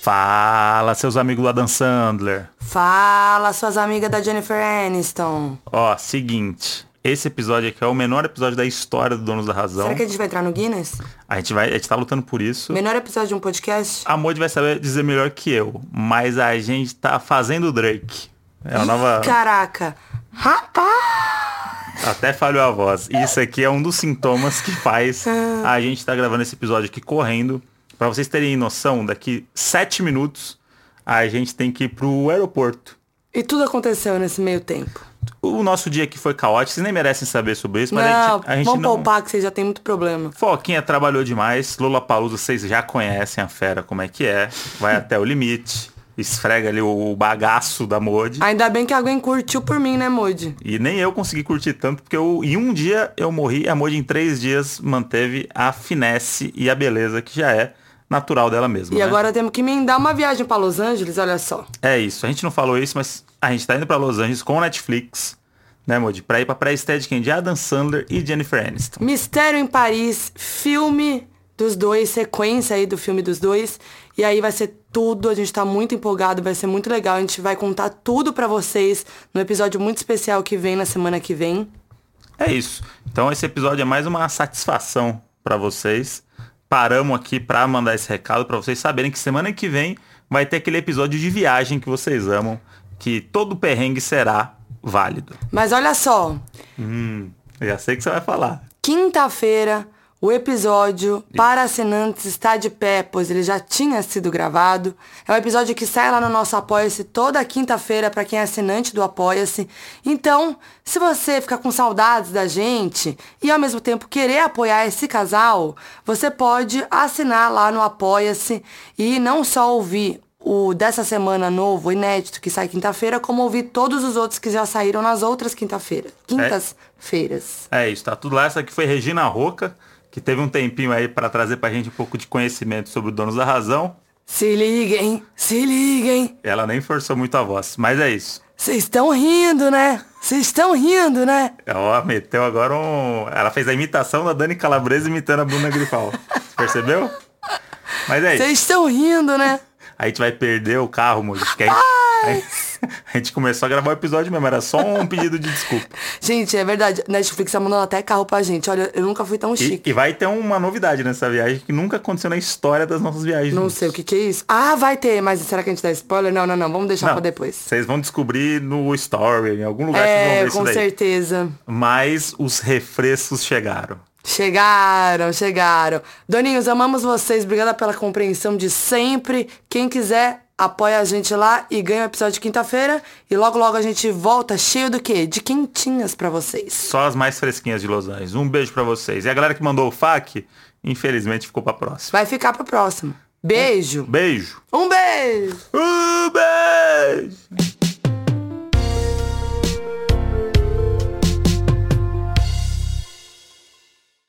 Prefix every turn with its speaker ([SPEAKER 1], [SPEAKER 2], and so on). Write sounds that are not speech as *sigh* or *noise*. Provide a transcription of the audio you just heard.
[SPEAKER 1] Fala, seus amigos do Adam Sandler.
[SPEAKER 2] Fala, suas amigas da Jennifer Aniston.
[SPEAKER 1] Ó, seguinte. Esse episódio aqui é o menor episódio da história do Donos da Razão.
[SPEAKER 2] Será que a gente vai entrar no Guinness?
[SPEAKER 1] A gente vai, a gente tá lutando por isso.
[SPEAKER 2] Menor episódio de um podcast?
[SPEAKER 1] A Moody vai saber dizer melhor que eu, mas a gente tá fazendo o Drake. É a nova.
[SPEAKER 2] Caraca. Rapaz!
[SPEAKER 1] Até falhou a voz. Isso aqui é um dos sintomas que faz
[SPEAKER 2] Ah.
[SPEAKER 1] a gente estar gravando esse episódio aqui correndo. Pra vocês terem noção, daqui sete minutos a gente tem que ir pro aeroporto.
[SPEAKER 2] E tudo aconteceu nesse meio tempo.
[SPEAKER 1] O nosso dia aqui foi caótico, vocês nem merecem saber sobre isso, mas a
[SPEAKER 2] não,
[SPEAKER 1] gente, a gente
[SPEAKER 2] vamos
[SPEAKER 1] não...
[SPEAKER 2] poupar que vocês já têm muito problema.
[SPEAKER 1] Foquinha trabalhou demais. Lula Palusa, vocês já conhecem a fera como é que é. Vai até o limite. Esfrega ali o o bagaço da Modi.
[SPEAKER 2] Ainda bem que alguém curtiu por mim, né, Moody?
[SPEAKER 1] E nem eu consegui curtir tanto, porque eu, em um dia eu morri. A Modi em três dias manteve a finesse e a beleza que já é natural dela mesma.
[SPEAKER 2] E
[SPEAKER 1] né?
[SPEAKER 2] agora temos que emendar uma viagem pra Los Angeles, olha só.
[SPEAKER 1] É isso. A gente não falou isso, mas a gente tá indo pra Los Angeles com o Netflix, né, Modi? Pra ir pra pré-estética de quem? De Adam Sandler e Jennifer Aniston.
[SPEAKER 2] Mistério em Paris, filme dos dois, sequência aí do filme dos dois. E aí vai ser tudo, a gente tá muito empolgado, vai ser muito legal. A gente vai contar tudo pra vocês no episódio muito especial que vem na semana que vem.
[SPEAKER 1] É isso. Então esse episódio é mais uma satisfação pra vocês. Paramos aqui pra mandar esse recado pra vocês saberem que semana que vem vai ter aquele episódio de viagem que vocês amam, que todo perrengue será válido.
[SPEAKER 2] Mas olha só,
[SPEAKER 1] Hum, já sei o que você vai falar.
[SPEAKER 2] quinta-feira o episódio para assinantes está de pé, pois ele já tinha sido gravado. É um episódio que sai lá no nosso Apoia-se toda quinta-feira para quem é assinante do Apoia-se. Então, se você ficar com saudades da gente e ao mesmo tempo querer apoiar esse casal, você pode assinar lá no Apoia-se e não só ouvir o dessa semana novo, inédito, que sai quinta-feira, como ouvir todos os outros que já saíram nas outras quinta-feiras. Quintas-feiras.
[SPEAKER 1] É isso, tá tudo lá. Essa aqui foi Regina Roca, que teve um tempinho aí pra trazer pra gente um pouco de conhecimento sobre o Donos da Razão.
[SPEAKER 2] Se liguem, se liguem.
[SPEAKER 1] Ela nem forçou muito a voz, mas é isso.
[SPEAKER 2] Vocês estão rindo, né? Vocês estão rindo, né?
[SPEAKER 1] Ela meteu agora um... Ela fez a imitação da Dani Calabresa imitando a Bruna
[SPEAKER 2] *laughs*
[SPEAKER 1] Grifal. Percebeu? Mas é isso.
[SPEAKER 2] Vocês estão rindo, né?
[SPEAKER 1] A gente vai perder o carro, moleque. porque A gente, *laughs* a gente começou a gravar o episódio mesmo, era só um pedido de desculpa.
[SPEAKER 2] Gente, é verdade. Netflix tá mandando até carro pra gente. Olha, eu nunca fui tão
[SPEAKER 1] E,
[SPEAKER 2] chique.
[SPEAKER 1] e vai ter uma novidade nessa viagem que nunca aconteceu na história das nossas viagens.
[SPEAKER 2] Não sei o que que é isso. Ah, vai ter, mas será que a gente dá spoiler? Não, não, não. Vamos deixar pra depois.
[SPEAKER 1] Vocês vão descobrir no story, em algum lugar
[SPEAKER 2] É,
[SPEAKER 1] vocês vão
[SPEAKER 2] com
[SPEAKER 1] ver isso daí.
[SPEAKER 2] certeza.
[SPEAKER 1] Mas os refrescos chegaram.
[SPEAKER 2] Chegaram, chegaram. Doninhos, amamos vocês. Obrigada pela compreensão de sempre. Quem quiser, apoia a gente lá e ganha o episódio de quinta-feira. E logo, logo a gente volta cheio do quê? De quentinhas pra vocês.
[SPEAKER 1] Só as mais fresquinhas de Los Angeles. Um beijo pra vocês. E a galera que mandou o FAQ, infelizmente ficou pra próxima.
[SPEAKER 2] Vai ficar pro próximo. Beijo.
[SPEAKER 1] Beijo.
[SPEAKER 2] Um beijo.
[SPEAKER 1] Um beijo!